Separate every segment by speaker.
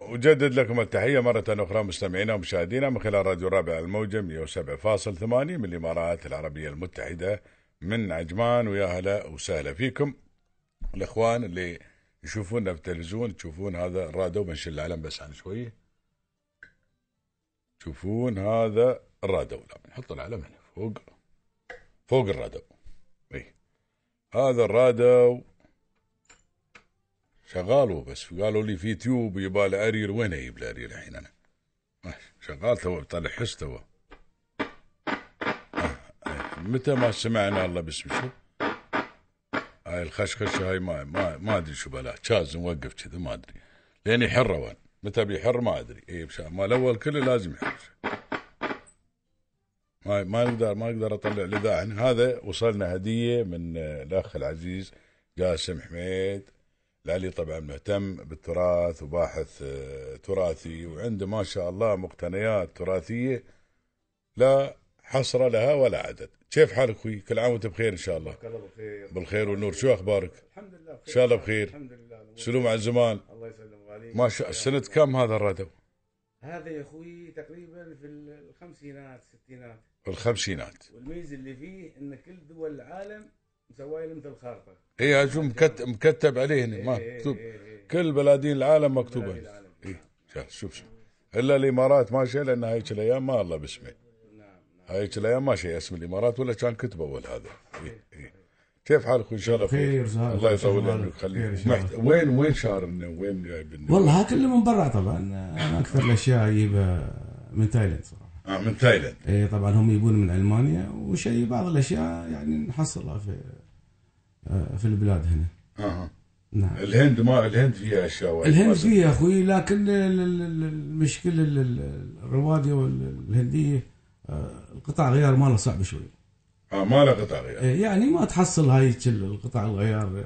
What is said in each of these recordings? Speaker 1: أجدد لكم التحية مرة أخرى مستمعينا ومشاهدينا من خلال راديو الرابع الموجة 107.8 من الإمارات العربية المتحدة من عجمان ويا هلا وسهلا فيكم الإخوان اللي يشوفونا في التلفزيون تشوفون هذا الراديو بنشيل العلم بس عن شوية تشوفون هذا الراديو لا بنحط العلم هنا فوق فوق الراديو إيه هذا الراديو شغاله بس قالوا لي في تيوب يبغى له ارير وين اجيب له ارير الحين انا؟ ماشي شغال تو طالع حس تو آه، متى ما سمعنا الله باسم شو؟ هاي الخشخشة هاي ما ما, ما ادري شو بلا شاز موقف كذا ما ادري لين يحر وين متى بيحر ما إيه، ادري اي ما الاول كله لازم يحر ما ما اقدر ما اقدر اطلع لذا هذا وصلنا هديه من الاخ العزيز قاسم حميد لعلي طبعا مهتم بالتراث وباحث آه، تراثي وعنده ما شاء الله مقتنيات تراثية لا حصر لها ولا عدد كيف حالك اخوي كل عام وانت بخير ان شاء الله
Speaker 2: بخير
Speaker 1: بالخير والنور شو اخبارك
Speaker 2: الحمد لله بخير
Speaker 1: ان شاء الله بخير
Speaker 2: الحمد لله
Speaker 1: سلوم على الزمان
Speaker 2: الله يسلم عليك
Speaker 1: ما شاء سنة كم هذا الردو
Speaker 2: هذا يا اخوي تقريبا في الخمسينات الستينات
Speaker 1: الخمسينات
Speaker 2: والميزه اللي فيه ان كل دول العالم مسواي له مثل خارطه
Speaker 1: اي شو مكتب مكتب عليه هنا
Speaker 2: إيه،
Speaker 1: مكتوب
Speaker 2: إيه، إيه.
Speaker 1: كل بلادين العالم مكتوبة
Speaker 2: بلادين العالم.
Speaker 1: إيه شوف- شوف شوف. الا الامارات ما شيء لان هيك الايام ما الله باسمه
Speaker 2: نعم نعم
Speaker 1: هاي الايام ما شيء اسم الامارات ولا كان كتب اول هذا إيه، إيه. كيف حالك ان شاء الله
Speaker 3: بخير،
Speaker 1: بخير
Speaker 3: زهر.
Speaker 1: الله يطول
Speaker 3: بخير،
Speaker 1: عمرك
Speaker 3: بخير إن
Speaker 1: خليك
Speaker 3: شاء الله.
Speaker 1: محت- وين وين شارنا وين جايبنا
Speaker 3: والله ها كله من برا طبعا انا اكثر الاشياء اجيبها من تايلاند صراحه
Speaker 1: آه من تايلاند
Speaker 3: إيه طبعا هم يجيبون من المانيا وشيء بعض الاشياء يعني نحصلها في آه، في البلاد هنا
Speaker 1: اها
Speaker 3: نعم
Speaker 1: آه، الهند ما الهند فيها اشياء وايد.
Speaker 3: الهند
Speaker 1: ما-
Speaker 3: فيها يا اخوي لكن ال- ال- ال- المشكله ال- ال- الروادي والهنديه آه، القطع غيار ماله صعب شوي
Speaker 1: اه ما له قطع غيار
Speaker 3: إيه يعني ما تحصل هاي ال- القطع الغيار آه،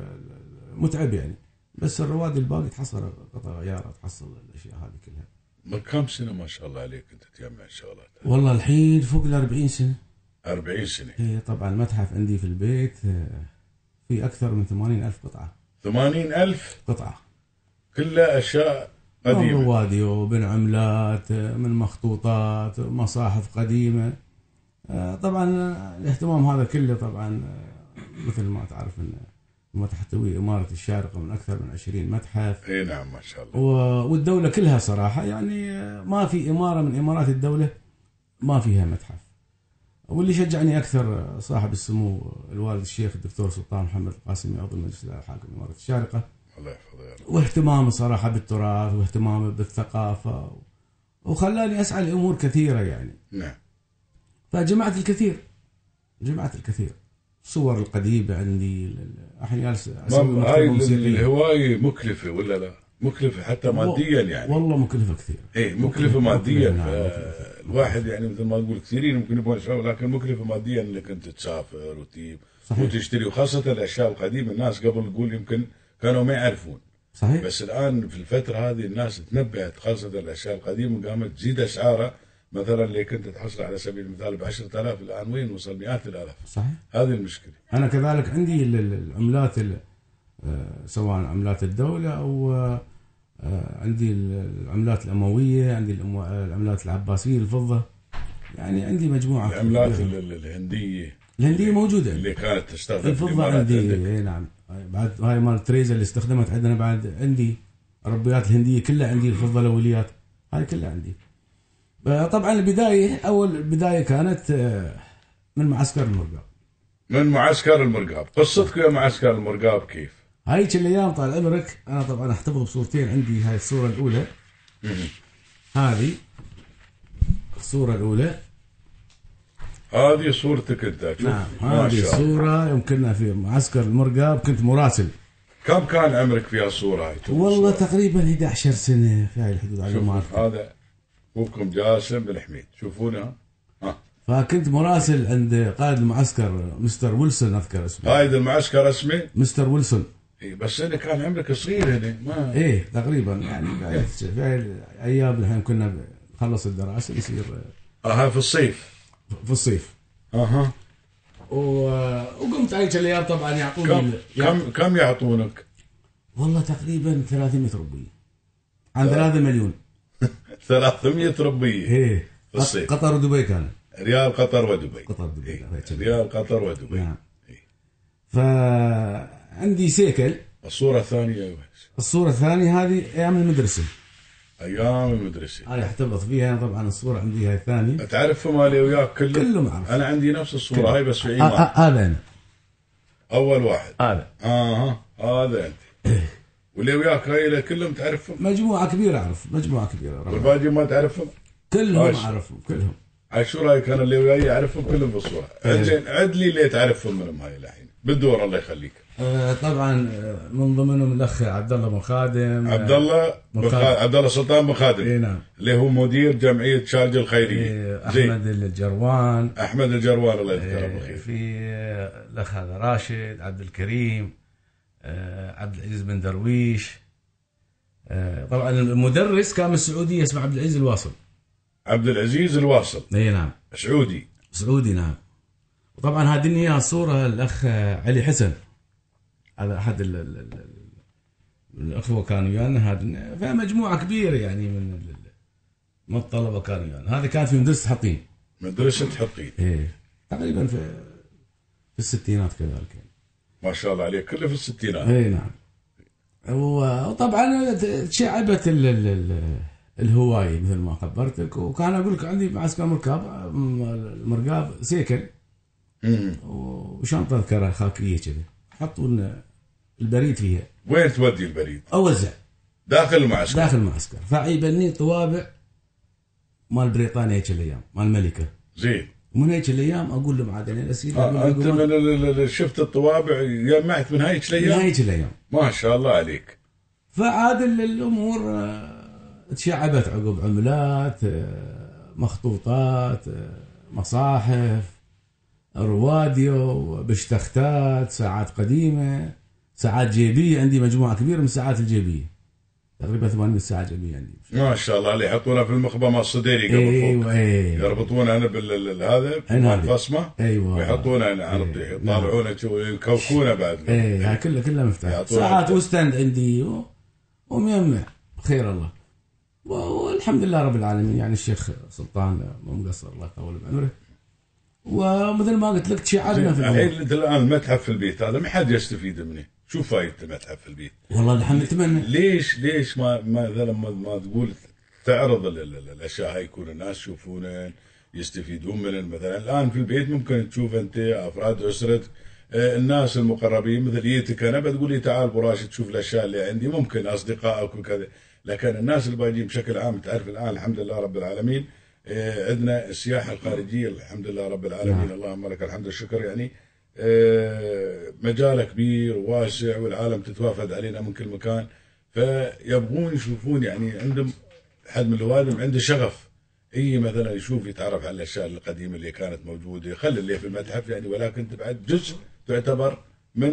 Speaker 3: متعب يعني بس الروادي الباقي تحصل قطع غيار تحصل الاشياء هذه كلها
Speaker 1: من كم سنه ما شاء الله عليك انت تجمع شغلات
Speaker 3: والله الحين فوق ال 40 سنه
Speaker 1: 40 سنه
Speaker 3: إيه طبعا المتحف عندي في البيت آه، في اكثر من 80 الف قطعه
Speaker 1: 80000
Speaker 3: قطعه
Speaker 1: كلها اشياء قديمه
Speaker 3: واديو بن عملات آه، من مخطوطات مصاحف قديمه آه، طبعا آه، الاهتمام هذا كله طبعا آه، مثل ما تعرف ان ما تحتوي اماره الشارقه من اكثر من 20 متحف
Speaker 1: اي نعم ما شاء الله
Speaker 3: و- والدوله كلها صراحه يعني آه، ما في اماره من امارات الدوله ما فيها متحف واللي شجعني اكثر صاحب السمو الوالد الشيخ الدكتور سلطان محمد القاسمي عضو مجلس الاعلى حاكم اماره الشارقه
Speaker 1: الله يحفظه يا رب
Speaker 3: واهتمامه صراحه بالتراث واهتمامه بالثقافه وخلاني اسعى لامور كثيره يعني
Speaker 1: نعم
Speaker 3: فجمعت الكثير جمعت الكثير الصور القديمه عندي ال- ال- احيانا أس- اسوي
Speaker 1: ما- هاي
Speaker 3: مكتبه موسيقيه
Speaker 1: الهوايه مكلفه ولا لا مكلفه حتى ماديا يعني
Speaker 3: والله مكلفه كثير
Speaker 1: ايه مكلفه ماديا
Speaker 3: نعم،
Speaker 1: ف- الواحد يعني مثل ما تقول كثيرين يمكن يبغون يشتغلوا لكن مكلفه ماديا انك انت تسافر وتجيب
Speaker 3: صحيح.
Speaker 1: وتشتري وخاصه الاشياء القديمه الناس قبل نقول يمكن كانوا ما يعرفون
Speaker 3: صحيح
Speaker 1: بس الان في الفتره هذه الناس تنبهت خاصه الاشياء القديمه قامت تزيد اسعارها مثلا اللي كنت تحصل على سبيل المثال ب 10000 الان وين وصل مئات الالاف
Speaker 3: صحيح
Speaker 1: هذه المشكله
Speaker 3: انا كذلك عندي ال- ال- العملات ال- آه، سواء عملات الدوله او آه، آه، عندي ال- العملات الامويه عندي الأمو- آه، العملات العباسيه الفضه يعني عندي مجموعه
Speaker 1: العملات
Speaker 3: كبيرة.
Speaker 1: ال- ال- الهنديه
Speaker 3: الهنديه موجوده
Speaker 1: اللي كانت تستخدم في
Speaker 3: الفضه
Speaker 1: الإمارات
Speaker 3: إيه، عندي
Speaker 1: عندك.
Speaker 3: اي نعم بعد هاي مال تريزا اللي استخدمت عندنا بعد عندي الربيات الهنديه كلها عندي الفضه الاوليات هاي كلها عندي آه، طبعا البدايه اول بدايه كانت آه، من معسكر المرقع
Speaker 1: من معسكر المرقاب قصتك يا معسكر المرقاب كيف؟
Speaker 3: هايك الايام طال عمرك انا طبعا احتفظ بصورتين عندي هاي الصوره الاولى هذه الصوره الاولى
Speaker 1: هذه صورتك انت شوف
Speaker 3: نعم
Speaker 1: ما
Speaker 3: هذه
Speaker 1: شاء الله
Speaker 3: الصوره يوم كنا في معسكر المرقاب كنت مراسل
Speaker 1: كم كان عمرك في هالصوره هاي شوف
Speaker 3: والله
Speaker 1: الصورة.
Speaker 3: تقريبا 11 سنه في هاي الحدود على ما
Speaker 1: شوف
Speaker 3: أذكر.
Speaker 1: هذا اخوكم جاسم بن حميد شوفونها ها
Speaker 3: فكنت مراسل عند قائد المعسكر مستر ويلسون اذكر اسمه
Speaker 1: هاي المعسكر اسمه
Speaker 3: مستر ويلسون
Speaker 1: إي، بس انا كان عمرك صغير هنا ما
Speaker 3: ايه تقريبا يعني في هاي- في هاي الايام الحين كنا نخلص الدراسه يصير
Speaker 1: اها آه، في الصيف
Speaker 3: في الصيف
Speaker 1: اها
Speaker 3: و- وقمت هاي الايام طبعا يعطوني
Speaker 1: كم
Speaker 3: ال-
Speaker 1: كم كم يعطونك؟
Speaker 3: والله تقريبا 300 روبية
Speaker 1: آه.
Speaker 3: عن 3 مليون
Speaker 1: 300 ربية
Speaker 3: ايه
Speaker 1: إيه، في الصيف.
Speaker 3: قطر ودبي كان
Speaker 1: ريال قطر ودبي
Speaker 3: قطر ودبي.
Speaker 1: إيه.
Speaker 3: هاي كذي.
Speaker 1: ريال قطر ودبي
Speaker 3: نعم
Speaker 1: إيه.
Speaker 3: فعندي سيكل
Speaker 1: الصورة الثانية
Speaker 3: الصورة الثانية هذه أيام المدرسة
Speaker 1: أيام المدرسة
Speaker 3: أنا احتفظ فيها طبعا الصورة عندي هاي الثانية
Speaker 1: تعرف مالي وياك كله
Speaker 3: كلهم أعرف.
Speaker 1: أنا عندي نفس الصورة هاي بس في
Speaker 3: آه، آه،
Speaker 1: إيمان
Speaker 3: هذا أنا
Speaker 1: أول واحد
Speaker 3: هذا
Speaker 1: آه هذا أنت
Speaker 3: إيه.
Speaker 1: واللي وياك هاي اللي كلهم تعرفهم
Speaker 3: مجموعة كبيرة أعرف مجموعة كبيرة أعرف.
Speaker 1: والباقي ما تعرفهم
Speaker 3: كلهم
Speaker 1: عاش.
Speaker 3: أعرفهم كلهم
Speaker 1: عاد شو رايك انا اللي وياي اعرفهم كلهم بالصوره
Speaker 3: إيه.
Speaker 1: زين عد لي اللي تعرفهم منهم هاي الحين بالدور الله يخليك
Speaker 3: آه، طبعا آه، من ضمنهم الأخ عبد الله بن خادم
Speaker 1: عبد الله بن
Speaker 3: بن
Speaker 1: خا-
Speaker 3: خادم.
Speaker 1: عبد الله سلطان بن
Speaker 3: إيه
Speaker 1: خادم
Speaker 3: نعم
Speaker 1: اللي هو مدير جمعيه شارجه الخيريه
Speaker 3: آه،
Speaker 1: زين
Speaker 3: أحمد إيه. الجروان
Speaker 1: احمد الجروان الله يذكره بالخير
Speaker 2: في آه، الاخ هذا راشد عبد الكريم آه، عبد العزيز بن درويش
Speaker 3: آه، طبعا المدرس كان من السعودية اسمه عبد العزيز الواصل
Speaker 1: عبد العزيز الواصل
Speaker 3: اي نعم
Speaker 1: سعودي
Speaker 3: سعودي نعم وطبعا هذه اياها صوره الاخ علي حسن هذا احد ال ال ال ال- الاخوه كانوا ويانا هذا فمجموعه كبيره يعني من ال- ال- من الطلبه كانوا ويانا هذا كان في مدرسه حطين
Speaker 1: مدرسه حطين
Speaker 3: ايه تقريبا في في الستينات كذلك يعني.
Speaker 1: ما شاء الله عليه كله في الستينات
Speaker 3: اي نعم و- وطبعا تشعبت ال- ال- ال- الهوايه مثل ما خبرتك وكان اقول لك عندي معسكر مركاب المركاب سيكل
Speaker 1: مم.
Speaker 3: وشنطه ذكرها خاكيه كذا حطوا لنا البريد فيها
Speaker 1: وين تودي البريد؟
Speaker 3: اوزع
Speaker 1: داخل المعسكر
Speaker 3: داخل المعسكر فعيبني طوابع مال بريطانيا هيك الايام مال الملكه
Speaker 1: زين
Speaker 3: ومن هيك الايام اقول لهم عاد انا اسئله
Speaker 1: آه، انت من ال- ال- شفت الطوابع جمعت من هاي
Speaker 3: من
Speaker 1: الايام
Speaker 3: هيك الايام
Speaker 1: ما شاء الله عليك
Speaker 3: فعاد ال- الامور آه، تشعبت عقب عملات آه، مخطوطات آه، مصاحف رواديو بشتختات ساعات قديمه ساعات جيبيه عندي مجموعه كبيره من الساعات الجيبيه تقريبا 80 ساعه جيبيه عندي
Speaker 1: ما شاء الله اللي يحطونها في المخبة مال الصديري قبل فوق
Speaker 3: ايوه ايوه
Speaker 1: يربطونها هنا بالهذا
Speaker 3: أنا
Speaker 1: مال
Speaker 3: هذه.
Speaker 1: الفصمه
Speaker 3: ايوه
Speaker 1: ويحطونها هنا على الطيح
Speaker 3: إيه،
Speaker 1: يطالعونه ويكوكونه بعد
Speaker 3: ايه هاي كلها كلها مفتاح
Speaker 1: يعطونا
Speaker 3: ساعات
Speaker 1: مفتاح.
Speaker 3: وستاند عندي و- وميمع خير الله و- والحمد لله رب العالمين يعني الشيخ سلطان مو مقصر الله يطول بعمره ومثل ما قلت لك تشعبنا في
Speaker 1: الحين
Speaker 3: الأمور.
Speaker 1: انت الان المتحف في البيت هذا ما حد يستفيد منه شو فايده المتحف في البيت؟
Speaker 3: والله الحمد نتمنى
Speaker 1: ليش ليش ما ما مثلا ما, ما تقول تعرض ال- ال- ال- الاشياء هاي يكون الناس يشوفونه يستفيدون من مثلا الان في البيت ممكن تشوف انت افراد اسرتك آه، الناس المقربين مثل جيتك انا بتقول لي تعال ابو راشد شوف الاشياء اللي عندي ممكن اصدقائك وكذا لكن الناس الباقيين بشكل عام تعرف الان الحمد لله رب العالمين آه، عندنا السياحه الخارجيه الحمد لله رب العالمين اللهم لك الحمد والشكر يعني آه، مجاله كبير وواسع والعالم تتوافد علينا من كل مكان فيبغون يشوفون يعني عندهم حد من الوالد عنده شغف اي مثلا يشوف يتعرف على الاشياء القديمه اللي كانت موجوده يخلي اللي في المتحف يعني ولكن بعد جزء تعتبر من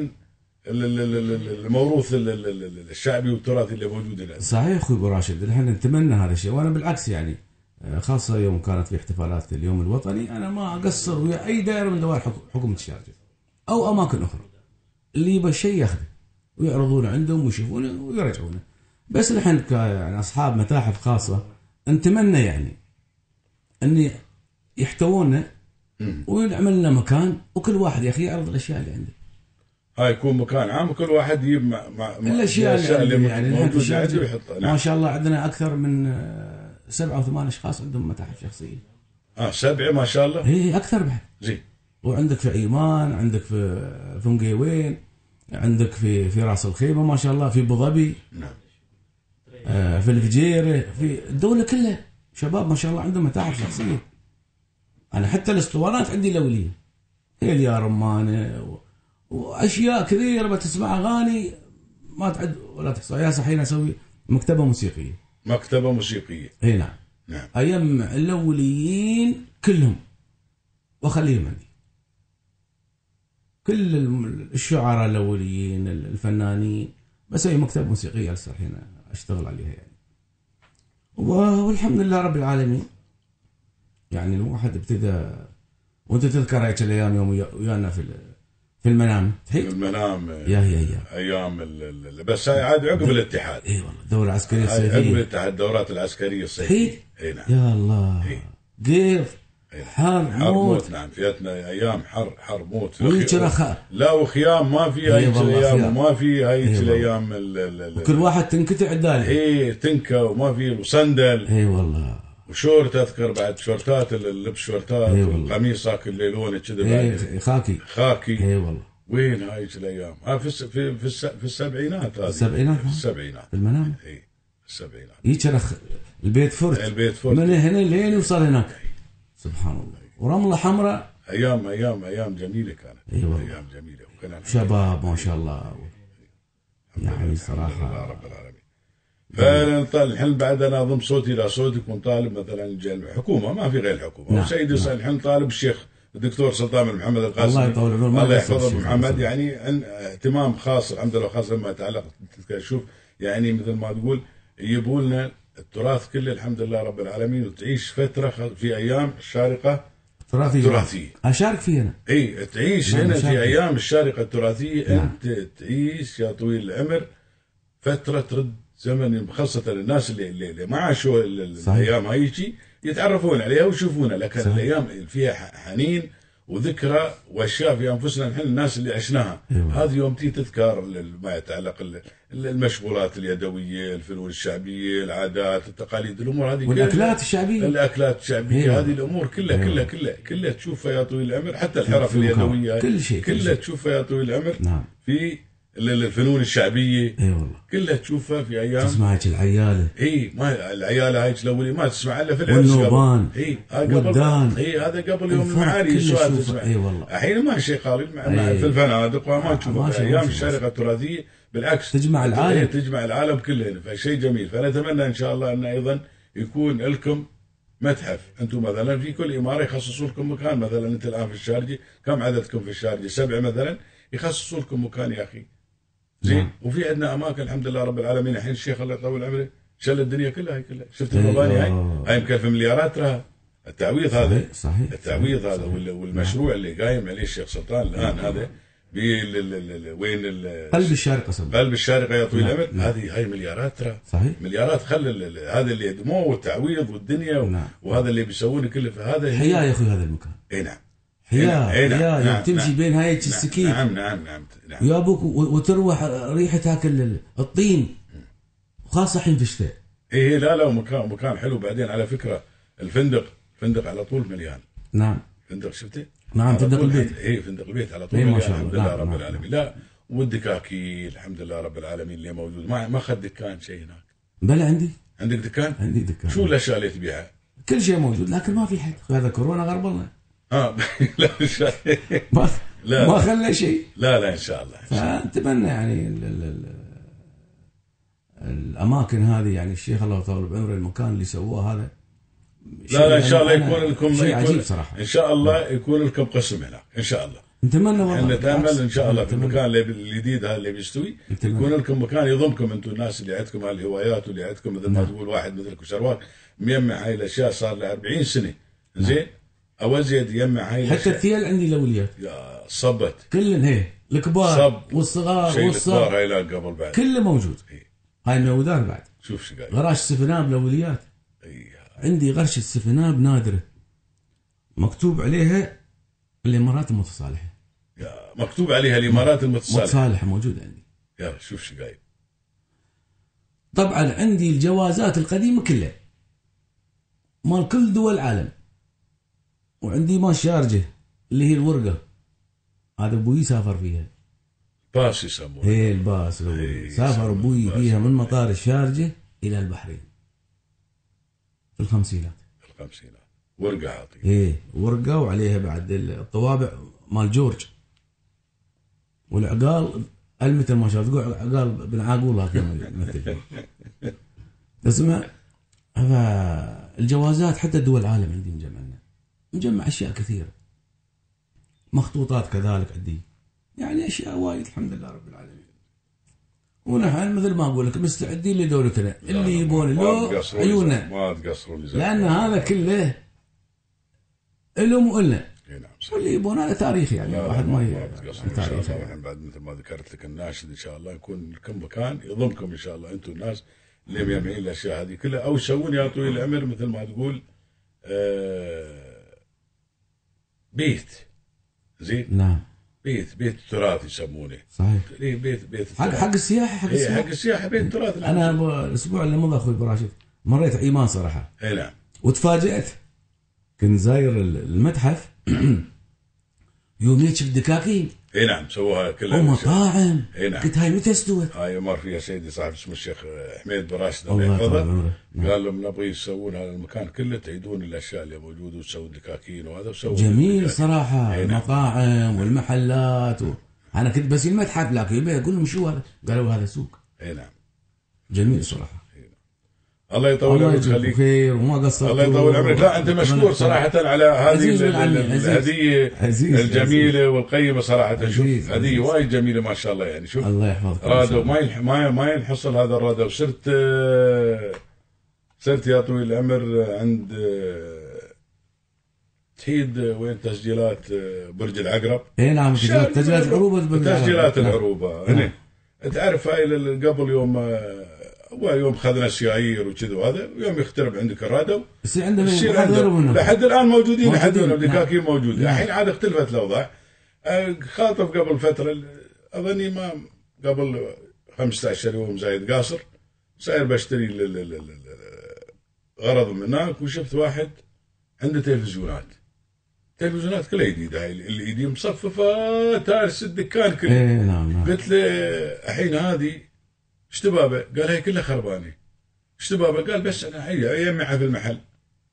Speaker 1: ال- ال- ال- ال- الموروث ال- ال- ال- الشعبي والتراثي اللي موجود هنا
Speaker 3: صحيح اخوي ابو راشد نحن نتمنى هذا الشيء وانا بالعكس يعني آه، خاصه يوم كانت في احتفالات اليوم الوطني انا ما اقصر ويا اي دائره من دوائر حكو- حكومه الشارجه او اماكن اخرى اللي يبغى شيء ياخذه ويعرضونه عندهم ويشوفونه ويرجعونه بس نحن ك- يعني اصحاب متاحف خاصه نتمنى يعني ان يحتوونا وينعمل لنا مكان وكل واحد يا اخي يعرض الاشياء اللي عنده
Speaker 1: هاي يكون مكان عام كل واحد يجيب مع مع مع-
Speaker 3: الاشياء اللي عندنا يعني نحن في
Speaker 1: موجوده عنده
Speaker 3: الشارجة
Speaker 1: ويحطها
Speaker 3: ما
Speaker 1: نعم
Speaker 3: شاء الله عندنا اكثر من آه، سبعة او ثمان اشخاص عندهم متاحف شخصيه
Speaker 1: اه سبعه ما شاء الله
Speaker 3: هي هي اكثر بعد
Speaker 1: زين
Speaker 3: وعندك في عيمان عندك في في مقيوين عندك في في راس الخيمه ما شاء الله في ابو ظبي
Speaker 1: نعم
Speaker 3: آه، في الفجيره في الدوله كلها شباب ما شاء الله عندهم متاحف شخصيه انا حتى الاسطوانات عندي الاوليه هي اليا رمانه و... واشياء كثيره بتسمع اغاني ما تعد ولا تحصى يا صحيح اسوي مكتبه موسيقيه
Speaker 1: مكتبه موسيقيه
Speaker 3: اي نعم
Speaker 1: نعم
Speaker 3: اجمع الاوليين كلهم واخليهم عندي كل الم- الشعراء الاوليين ال- الفنانين بسوي مكتب موسيقي هسه الحين اشتغل عليها يعني و- والحمد لله رب العالمين يعني الواحد ابتدى وانت تذكر هيك الايام يوم ويا- ويانا في ال- في المنام
Speaker 1: في
Speaker 3: تحيد
Speaker 1: المنام
Speaker 3: يا يا يا
Speaker 1: ايام ال- ال- ال- بس هاي عاد عقب الاتحاد
Speaker 3: اي والله الدوله العسكريه
Speaker 1: هاي عقب
Speaker 3: الصيفيه
Speaker 1: الاتحاد الدورات العسكريه الصيفيه
Speaker 3: تحيد؟
Speaker 1: اي نعم
Speaker 3: يا الله قيف
Speaker 1: إيه.
Speaker 3: حار
Speaker 1: حر موت
Speaker 3: موت
Speaker 1: نعم فيتنا ايام حر حر موت في
Speaker 3: وهيك
Speaker 1: الخيام.
Speaker 3: رخاء
Speaker 1: لا وخيام ما في هاي
Speaker 3: إيه والله
Speaker 1: الايام
Speaker 3: خيام.
Speaker 1: وما في هاي
Speaker 3: إيه والله.
Speaker 1: الايام ال- ال- ال-
Speaker 3: وكل واحد تنقطع عداله
Speaker 1: ايه تنكا وما في وصندل
Speaker 3: اي والله
Speaker 1: وشورت اذكر بعد شورتات ال- اللبس شورتات
Speaker 3: إيه والله.
Speaker 1: والقميص هاك اللي لونه كذا بعد
Speaker 3: اي خاكي
Speaker 1: خاكي
Speaker 3: اي والله
Speaker 1: وين هاي الايام؟ ها في الس- في في, الس- في السبعينات هذه
Speaker 3: السبعينات؟
Speaker 1: في السبعينات
Speaker 3: في المنام
Speaker 1: اي السبعينات
Speaker 3: هيك رخ البيت فرت
Speaker 1: البيت فوق
Speaker 3: من هنا لين وصل هناك سبحان الله ورمله حمراء
Speaker 1: ايام ايام ايام جميله كانت
Speaker 3: إيه والله.
Speaker 1: ايام جميله وكان
Speaker 3: شباب ما شاء الله يعني
Speaker 1: لله
Speaker 3: صراحه
Speaker 1: رب العالمين فنطال الحين بعد انا اضم صوتي الى صوتك ونطالب مثلا الجل- الحكومه ما في غير الحكومه
Speaker 3: نعم،
Speaker 1: سيدي نعم. الحين طالب الشيخ الدكتور سلطان بن محمد القاسمي
Speaker 3: الله يطول عمره، ما
Speaker 1: الله
Speaker 3: قصر
Speaker 1: يحفظه
Speaker 3: الشيخ
Speaker 1: أبو محمد
Speaker 3: القاسمي.
Speaker 1: يعني عن- اهتمام خاص الحمد لله خاص لما يتعلق شوف يعني مثل ما تقول يجيبوا لنا التراث كله الحمد لله رب العالمين وتعيش فتره خ- في ايام الشارقه
Speaker 3: تراثي
Speaker 1: تراثي.
Speaker 3: اشارك فيه انا
Speaker 1: اي إيه، تعيش
Speaker 3: نعم،
Speaker 1: هنا في
Speaker 3: شاكر.
Speaker 1: ايام الشارقه التراثيه
Speaker 3: نعم.
Speaker 1: انت تعيش يا طويل العمر فتره ترد زمن خاصه الناس اللي اللي, اللي ما عاشوا ال- ال-
Speaker 3: صحيح.
Speaker 1: الايام هيجي يتعرفون عليها ويشوفونها لكن
Speaker 3: صحيح.
Speaker 1: الايام اللي فيها ح- حنين وذكرى واشياء في انفسنا نحن الناس اللي عشناها
Speaker 3: أيوة.
Speaker 1: هذه يوم تي تذكار ال- ما يتعلق ال- ال- المشغولات اليدويه الفنون الشعبيه العادات التقاليد الامور هذه كلها-
Speaker 3: والاكلات الشعبيه
Speaker 1: الاكلات الشعبيه
Speaker 3: أيوة.
Speaker 1: هذه الامور كلها
Speaker 3: أيوة.
Speaker 1: كلها كلها كلها تشوفها يا طويل العمر حتى الحرف
Speaker 3: في المقام.
Speaker 1: اليدويه
Speaker 3: كل شيء، كل
Speaker 1: كلها
Speaker 3: شيء.
Speaker 1: تشوفها يا طويل العمر
Speaker 3: نعم
Speaker 1: في ال- الفنون الشعبيه
Speaker 3: اي والله
Speaker 1: كلها تشوفها في ايام
Speaker 3: تسمع هيك العياله
Speaker 1: اي إيه، ما العياله هاي الاولي ما تسمع الا في إيه،
Speaker 3: والنوبان.
Speaker 1: اي
Speaker 3: والدان.
Speaker 1: اي إيه، هذا قبل يوم
Speaker 3: الفرق
Speaker 1: المعاري
Speaker 3: كله
Speaker 1: السؤال
Speaker 3: شوفه.
Speaker 1: تسمع
Speaker 3: أي والله.
Speaker 1: الحين ما شيء قال مع- مع-
Speaker 3: أي.
Speaker 1: في الفنادق وما
Speaker 3: ما
Speaker 1: تشوفه في
Speaker 3: شاء
Speaker 1: ايام
Speaker 3: الله.
Speaker 1: الشارقه التراثيه بالعكس
Speaker 3: تجمع العالم.
Speaker 1: إي، تجمع العالم كله هنا فشيء جميل فنتمنى ان شاء الله ان ايضا يكون لكم متحف انتم مثلا في كل اماره يخصصوا لكم مكان مثلا انت الان في الشارجه كم عددكم في الشارجه سبعه مثلا يخصصوا لكم مكان يا اخي زين
Speaker 3: نعم.
Speaker 1: وفي عندنا اماكن الحمد لله رب العالمين الحين الشيخ الله يطول عمره شل الدنيا كلها هي كلها شفت
Speaker 3: أيوة.
Speaker 1: المباني هاي هاي مكلفه مليارات ترى التعويض هذا
Speaker 3: صحيح صحيح
Speaker 1: التعويض هذا
Speaker 3: صحيح. نعم.
Speaker 1: وال- والمشروع اللي قايم عليه الشيخ سلطان الان هذا بال- ال- ال- ال- وين ال-
Speaker 3: قلب الشارقه صدق
Speaker 1: قلب الشارقه يا طويل
Speaker 3: نعم.
Speaker 1: العمر
Speaker 3: نعم.
Speaker 1: هذه هاي مليارات ترى
Speaker 3: صحيح
Speaker 1: مليارات خل ال- ال- هذا اللي يدموه والتعويض والدنيا و-
Speaker 3: نعم.
Speaker 1: وهذا اللي بيسوونه كله فهذا
Speaker 3: حياه يا اخوي هذا المكان
Speaker 1: اي نعم
Speaker 3: حياه
Speaker 1: إي نعم.
Speaker 3: حياه
Speaker 1: نعم.
Speaker 3: يوم تمشي
Speaker 1: نعم.
Speaker 3: بين هاي
Speaker 1: نعم.
Speaker 3: السكين
Speaker 1: نعم نعم نعم نعم
Speaker 3: ويا ابوك و- وتروح ريحه هاكل الطين خاصه الحين في الشتاء
Speaker 1: ايه لا لا مكان مكان حلو بعدين على فكره الفندق الفندق على طول مليان
Speaker 3: نعم
Speaker 1: فندق شفته؟
Speaker 3: نعم
Speaker 1: على
Speaker 3: فندق
Speaker 1: طول
Speaker 3: البيت
Speaker 1: حد- اي فندق البيت على طول
Speaker 3: إيه، ما
Speaker 1: مليان،
Speaker 3: شاء الله.
Speaker 1: الحمد لله
Speaker 3: نعم،
Speaker 1: رب
Speaker 3: نعم،
Speaker 1: العالمين لا والدكاكي الحمد لله رب العالمين اللي موجود ما ما اخذ دكان شيء هناك
Speaker 3: بلى عندي
Speaker 1: عندك دكان؟
Speaker 3: عندي دكان
Speaker 1: شو الاشياء اللي تبيعها؟
Speaker 3: كل شيء موجود لكن ما في حد هذا كورونا غربلنا
Speaker 1: اه لا ان شاء الله
Speaker 3: ما
Speaker 1: لا.
Speaker 3: ما خلى شيء
Speaker 1: لا لا ان شاء الله
Speaker 3: فاتمنى يعني ال ال ال الاماكن هذه يعني الشيخ الله يطول بعمره المكان اللي سووه هذا
Speaker 1: لا لا ان شاء الله
Speaker 3: شيء أنا-
Speaker 1: يكون لكم
Speaker 3: شيء عجيب
Speaker 1: يكون
Speaker 3: صراحه
Speaker 1: ان شاء الله يكون لكم قسم هناك ان شاء الله
Speaker 3: نتمنى والله
Speaker 1: احنا نتامل
Speaker 3: بالعكس.
Speaker 1: ان شاء الله في
Speaker 3: نتمنى.
Speaker 1: المكان اللي- الجديد هذا اللي بيستوي
Speaker 3: نتمنى.
Speaker 1: يكون لكم مكان يضمكم انتم الناس اللي عندكم هالهوايات واللي عندكم مثل ما
Speaker 3: نعم.
Speaker 1: تقول واحد مثلك وشرواك مجمع هاي الاشياء صار له 40 سنه زين او زيد يجمع هاي
Speaker 3: نعم. حتى
Speaker 1: الاشياء
Speaker 3: الثيل عندي الاوليات
Speaker 1: يا صبت
Speaker 3: كلن هي الكبار
Speaker 1: صب.
Speaker 3: والصغار
Speaker 1: شيء
Speaker 3: والصغار
Speaker 1: الكبار هاي لا قبل بعد
Speaker 3: كله موجود إيه.
Speaker 1: إي.
Speaker 3: هاي النودان بعد
Speaker 1: شوف شو قايل
Speaker 3: غراش سفناب الاوليات
Speaker 1: إي.
Speaker 3: عندي غرشة سفناب نادرة مكتوب عليها الإمارات المتصالحة
Speaker 1: يا مكتوب عليها الامارات المتصالحه
Speaker 3: متصالحة موجودة عندي
Speaker 1: يا شوف شو قايل
Speaker 3: طبعا عندي الجوازات القديمة كلها مال كل دول العالم وعندي مال شارجة اللي هي الورقة هذا ابوي سافر فيها
Speaker 1: باس يسمونه
Speaker 3: هي الباص الأول.
Speaker 1: إيه،
Speaker 3: سافر
Speaker 1: سافر
Speaker 3: ابوي
Speaker 1: الباص.
Speaker 3: فيها من مطار الشارجة الى البحرين في الخمسينات
Speaker 1: في الخمسينات ورقه عاطيه
Speaker 3: ايه ورقه وعليها بعد الطوابع مال جورج والعقال المثل ما شاء الله تقول عقال بن عاقول هذا المثل. تسمع فالجوازات حتى دول العالم عندي مجمعنا مجمع اشياء كثيره مخطوطات كذلك عندي يعني اشياء وايد الحمد لله رب العالمين ونحن مثل ما اقول لك مستعدين لدولتنا اللي يبون له أيوة.
Speaker 1: تقصروا لي- نعم،
Speaker 3: عيوننا
Speaker 1: ما تقصروا لي زمان.
Speaker 3: لان هذا كله الهم والنا
Speaker 1: اي نعم صح.
Speaker 3: واللي يبون هذا تاريخ يعني
Speaker 1: لا، لا،
Speaker 3: واحد ما ي-
Speaker 1: ضابط قصدي. ان شاء
Speaker 3: تاريخ
Speaker 1: الله
Speaker 3: يعني.
Speaker 1: الحين بعد مثل ما ذكرت لك الناشد ان شاء الله يكون لكم مكان يضمكم ان شاء الله انتم الناس اللي مجمعين الاشياء هذه كلها او يسوون يا طويل العمر مثل ما تقول آه، بيت زين
Speaker 3: نعم
Speaker 1: بيت بيت تراث يسمونه
Speaker 3: صحيح
Speaker 1: إيه، بيت بيت
Speaker 3: حق حق السياحه حق
Speaker 1: إيه،
Speaker 3: السياحه
Speaker 1: حق السياحه بيت تراث
Speaker 3: انا أبو- الاسبوع اللي مضى اخوي براشد مريت عمان صراحه
Speaker 1: اي نعم
Speaker 3: وتفاجأت كنت زاير ال- المتحف يوم يجي الدكاكين
Speaker 1: اي نعم سووها كلها
Speaker 3: ومطاعم
Speaker 1: إي نعم.
Speaker 3: قلت هاي متى استوت؟
Speaker 1: هاي مر فيها سيدي صاحب اسمه الشيخ حميد بن راشد الله
Speaker 3: الله يطول
Speaker 1: يحفظه
Speaker 3: عمره نعم.
Speaker 1: قال لهم نبغى يسوون هذا المكان كله تعيدون الاشياء اللي موجوده وتسوي دكاكين وهذا وسووا
Speaker 3: جميل
Speaker 1: دكاكين.
Speaker 3: صراحة
Speaker 1: إي نعم.
Speaker 3: المطاعم والمحلات و... أنا كنت بس المتحف لكن يبي أقول لهم شو هذا؟ قالوا هذا سوق
Speaker 1: اي نعم
Speaker 3: جميل صراحة
Speaker 1: الله يطول
Speaker 3: الله
Speaker 1: عمرك
Speaker 3: يجزيكم
Speaker 1: خليك
Speaker 3: خير وما قصرتوا
Speaker 1: الله يطول عمرك لا انت مشكور صراحه على هذه
Speaker 3: عزيز
Speaker 1: ال-
Speaker 3: بالعمي،
Speaker 1: ال-
Speaker 3: عزيز.
Speaker 1: الهديه
Speaker 3: عزيز،
Speaker 1: الجميله والقيمه صراحه
Speaker 3: عزيز،
Speaker 1: شوف
Speaker 3: عزيز.
Speaker 1: هديه وايد جميله ما شاء الله يعني شوف
Speaker 3: الله يحفظك
Speaker 1: رادو ما ينح- ما ما ينحصل هذا الرادو صرت آه، صرت يا طويل العمر عند آه، تحيد آه، وين تسجيلات آه، برج العقرب
Speaker 3: اي نعم تسجيلات تسجيلات العروبة
Speaker 1: تسجيلات
Speaker 3: نعم.
Speaker 1: العروبه هنا تعرف هاي لل- قبل يوم آه، أول يوم اخذنا السيايير وكذا وهذا يوم يخترب عندك الرادو
Speaker 3: يصير عندنا
Speaker 1: الشيء
Speaker 3: واحد غيره
Speaker 1: عنده
Speaker 3: منهم.
Speaker 1: لحد الان موجودين لحد
Speaker 3: موجودين، نعم.
Speaker 1: الدكاكين موجودين
Speaker 3: نعم.
Speaker 1: الحين عاد اختلفت الاوضاع آه، خاطب قبل فتره اظني ما قبل 15 يوم زايد قاصر صاير بشتري ال- ال- ال- ال- ال- غرض من هناك وشفت واحد عنده تلفزيونات تلفزيونات كلها جديده هاي الايدي مصففه تارس الدكان كله
Speaker 3: اي نعم نعم
Speaker 1: قلت له الحين هذه اشتبابه قال هي كلها خربانه اشتبابه قال بس انا هي يجمعها في المحل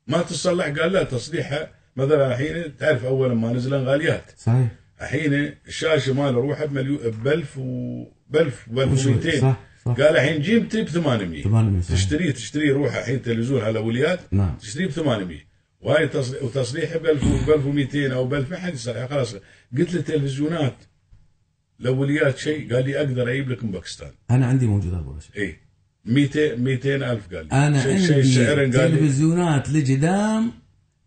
Speaker 1: ما تصلح قال لا تصليحها مثلا الحين تعرف اول ما نزل غاليات
Speaker 3: صحيح
Speaker 1: الحين الشاشه مال روحه بمليو ب 1000 و ب 1000 و 1200
Speaker 3: صح صح
Speaker 1: قال الحين جيمتي ب 800
Speaker 3: 800 صح.
Speaker 1: تشتريه تشتريه روحه الحين تلفزيون على وليات
Speaker 3: نعم
Speaker 1: تشتريه ب 800 وهاي تص- وتصليحه ب 1000 ب 1200 او ب 1000 ما حد يصلحها خلاص قلت له تلفزيونات لو وليات شيء قال لي اقدر اجيب لك إيه. من باكستان
Speaker 3: انا عندي موجود ابو رشيد
Speaker 1: اي 200 200000 قال لي
Speaker 3: انا
Speaker 1: شيء- شيء
Speaker 3: عندي
Speaker 1: سعرن قال لي
Speaker 3: تلفزيونات لجدام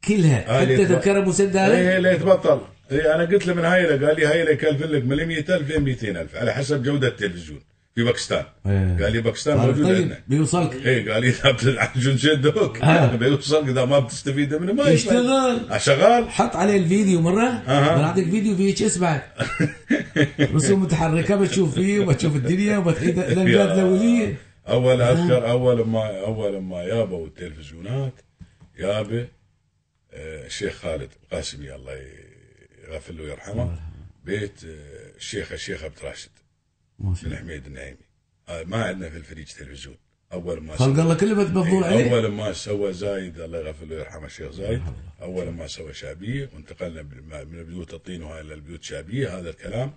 Speaker 3: كلها
Speaker 1: آه، إيه،
Speaker 3: حتى
Speaker 1: ليت-
Speaker 3: تذكر ابو سد علي
Speaker 1: اي لا يتبطل اي انا قلت له من هايله قال لي هايله كلفن لك من 100000 ل 200000 على حسب جوده التلفزيون في باكستان
Speaker 3: إيه.
Speaker 1: قال لي باكستان
Speaker 3: طيب،
Speaker 1: موجود عندنا
Speaker 3: بيوصلك
Speaker 1: اي إيه، قال لي اذا بتلعب شدوك
Speaker 3: آه.
Speaker 1: بيوصل اذا ما بتستفيد منه ما يشتغل
Speaker 3: يشتغل
Speaker 1: شغال
Speaker 3: حط عليه الفيديو مره
Speaker 1: أها.
Speaker 3: بنعطيك فيديو في اتش اس بعد رسوم متحركه بتشوف فيه وبتشوف الدنيا وبتعيد الامجاد الاوليه
Speaker 1: اول
Speaker 3: آه.
Speaker 1: اذكر اول ما اول ما يابوا التلفزيونات يابه آه، الشيخ خالد القاسمي الله يغفر له ويرحمه بيت آه، الشيخ الشيخ عبد راشد
Speaker 3: ما شاء
Speaker 1: بن
Speaker 3: الله
Speaker 1: حميد النعيمي آه، ما عندنا في الفريج تلفزيون اول ما
Speaker 3: خلق الله كله بتبضل عليه
Speaker 1: اول إيه، ما سوى زايد الله يغفر له ويرحمه الشيخ زايد اول ما سوى شعبيه وانتقلنا بالم- من بيوت الطين وهاي الى البيوت الشعبيه هذا الكلام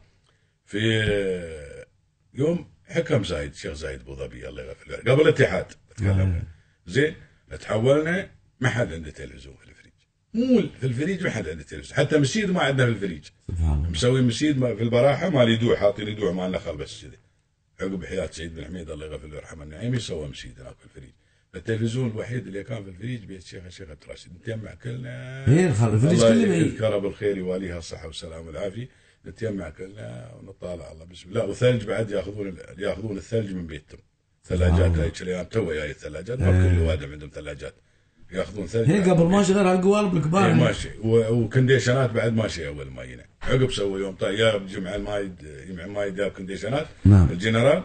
Speaker 1: في آه، يوم حكم زايد الشيخ زايد ابو ظبي الله يغفر له قبل الاتحاد تكلمنا زين تحولنا ما حد عنده تلفزيون في الفريج مول في الفريج ما حد عنده تلفزيون حتى مسجد ما عندنا في الفريج
Speaker 3: سبحان الله
Speaker 1: مسوي مسيد ما- في البراحه مال يدوع حاطين يدوع مال نخل بس كذا عقب حياه سيد بن حميد الله يغفر له ويرحمه النعيمي سوى مسيد هناك في الفريج التلفزيون الوحيد اللي كان في الفريج بيت الشيخ الشيخ عبد الراشد نتجمع كلنا
Speaker 3: ايه خلق الفريج
Speaker 1: الله
Speaker 3: كله بعيد
Speaker 1: يذكره بالخير يواليها الصحه والسلام والعافيه نتجمع كلنا ونطالع الله بسم الله وثلج بعد ياخذون ال- ياخذون الثلج من بيتهم ثلاجات
Speaker 3: الله.
Speaker 1: هاي الايام تو جاي الثلاجات ما كل وادم عندهم ثلاجات ياخذون ثلج
Speaker 3: آه. هي
Speaker 1: بعد
Speaker 3: قبل ما شغل هالقوالب
Speaker 1: اي
Speaker 3: الكبار
Speaker 1: ماشي إيه، و- وكنديشنات بعد ماشي اول ما ينا عقب سوى يوم طيب يا جمع الماي جمع الماي جاب كنديشنات
Speaker 3: نعم.
Speaker 1: الجنرال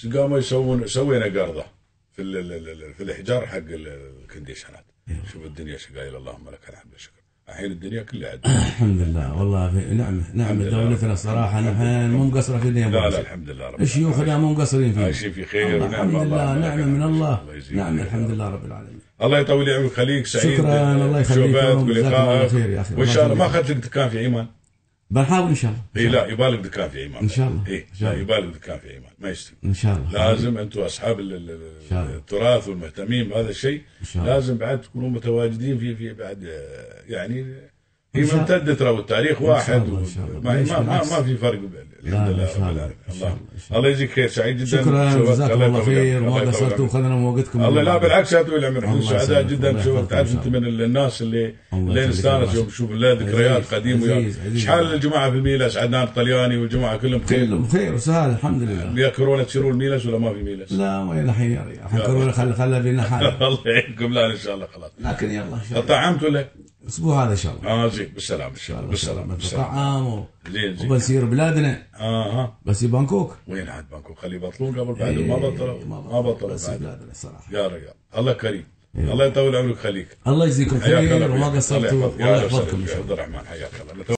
Speaker 1: س- قاموا يسوون سوينا قرضه في ال- ال- ال- في الاحجار حق ال- الكنديشنات
Speaker 3: إيه.
Speaker 1: شوف الدنيا شو قايل اللهم لك الحمد والشكر الحين الدنيا كلها عندنا
Speaker 3: الحمد لله والله في نعم، نعمه نعمه
Speaker 1: لله.
Speaker 3: دولتنا صراحه نحن مو مقصره فينا يا أبو
Speaker 1: لا لا
Speaker 3: رشيد.
Speaker 1: الحمد لله رب
Speaker 3: شيوخنا مو مقصرين فيه
Speaker 1: عايشين في خير
Speaker 3: الله،
Speaker 1: ونعمة،
Speaker 3: الحمد لله
Speaker 1: اللهم لك
Speaker 3: نعمه
Speaker 1: الحمد.
Speaker 3: من الله
Speaker 1: الله يزيدك.
Speaker 3: نعمه الحمد لله رب العالمين
Speaker 1: الله يطول عمرك خليك سعيد
Speaker 3: شكراً، الله يخليك.
Speaker 1: شوفك
Speaker 3: جزاكم الله
Speaker 1: ولقائك
Speaker 3: خير يا أخي.
Speaker 1: وان شاء الله ما
Speaker 3: الله
Speaker 1: اخذت لك دكان في عمان
Speaker 3: بنحاول ان شاء الله
Speaker 1: اي إيه، لا يبالك دكان في عمان
Speaker 3: إن شاء الله.
Speaker 1: اي
Speaker 3: إن شاء
Speaker 1: لا
Speaker 3: الله.
Speaker 1: يبالك دكان في عمان ما يستوي
Speaker 3: ان شاء الله
Speaker 1: لازم انتم اصحاب ال- ال- ال-
Speaker 3: شاء الله.
Speaker 1: التراث والمهتمين بهذا الشيء
Speaker 3: إن شاء الله.
Speaker 1: لازم بعد تكونوا متواجدين في في بعد آه، يعني هي
Speaker 3: إن شاء-
Speaker 1: ممتده ترى والتاريخ
Speaker 3: إن شاء
Speaker 1: واحد
Speaker 3: الله،
Speaker 1: و-
Speaker 3: إن شاء الله.
Speaker 1: ما
Speaker 3: ليش
Speaker 1: ما ما,
Speaker 3: بالعكس.
Speaker 1: ما في فرق ب- الحمد
Speaker 3: لا، إن
Speaker 1: لله
Speaker 3: شاء
Speaker 1: رب
Speaker 3: الله،
Speaker 1: العالمين
Speaker 3: إن شاء
Speaker 1: الله
Speaker 3: الله، إن شاء
Speaker 1: الله يجزيك خير سعيد جدا
Speaker 3: شكرا
Speaker 1: بشوفك.
Speaker 3: جزاكم الله
Speaker 1: يطول
Speaker 3: خير
Speaker 1: عمرك.
Speaker 3: والله
Speaker 1: يطول
Speaker 3: قصرتوا
Speaker 1: عمرك.
Speaker 3: وخذنا من وقتكم
Speaker 1: الله لا بالعكس لا طويل عمرك
Speaker 3: الله
Speaker 1: احنا سعداء
Speaker 3: يسعدك،
Speaker 1: جدا
Speaker 3: الله
Speaker 1: بشوفك
Speaker 3: يخليك،
Speaker 1: تعرف
Speaker 3: إن
Speaker 1: انت
Speaker 3: شاء
Speaker 1: من الناس اللي
Speaker 3: الله
Speaker 1: اللي
Speaker 3: يخليك،
Speaker 1: نستانس
Speaker 3: الله
Speaker 1: يوم
Speaker 3: يسعدك.
Speaker 1: نشوف له ذكريات
Speaker 3: عزيز،
Speaker 1: قديمه وياك.
Speaker 3: عزيز، عزيز.
Speaker 1: شحال الجماعه في الميلس عدنان الطلياني والجماعه كلهم بخير
Speaker 3: كلهم خير وسهل الحمد لله
Speaker 1: يا كورونا تشيلون الميلس ولا ما في ميلس؟
Speaker 3: لا ما الى حين يا ريال حنكرر خل خل بينا حالنا
Speaker 1: الله يعينكم لا ان شاء الله خلاص
Speaker 3: لكن يلا إن شاء الله.
Speaker 1: طعمت ولا؟
Speaker 3: الاسبوع هذا ان شاء الله
Speaker 1: اه زين بالسلامه ان شاء الله بالسلامه بالسلامه
Speaker 3: بالسلامه بالطعام و-
Speaker 1: زين زين
Speaker 3: وبنسير بلادنا
Speaker 1: اه ها
Speaker 3: بس بانكوك
Speaker 1: وين عاد بانكو خليه يبطلون قبل بعد ما
Speaker 3: إيه،
Speaker 1: بطلوا ما بطلوا
Speaker 3: بس
Speaker 1: بعد.
Speaker 3: بلادنا الصراحه
Speaker 1: يا رجال الله كريم الله يطول عمرك خليك
Speaker 3: الله يجزيكم
Speaker 1: حياك
Speaker 3: خير
Speaker 1: فيك.
Speaker 3: وما قصرتوا
Speaker 1: الله يحفظك. يا
Speaker 3: والله
Speaker 1: أهلا وسهلا
Speaker 3: يحفظكم ان
Speaker 1: فيك.
Speaker 3: شاء
Speaker 1: عبد
Speaker 3: الله
Speaker 1: الرحمن حياك الله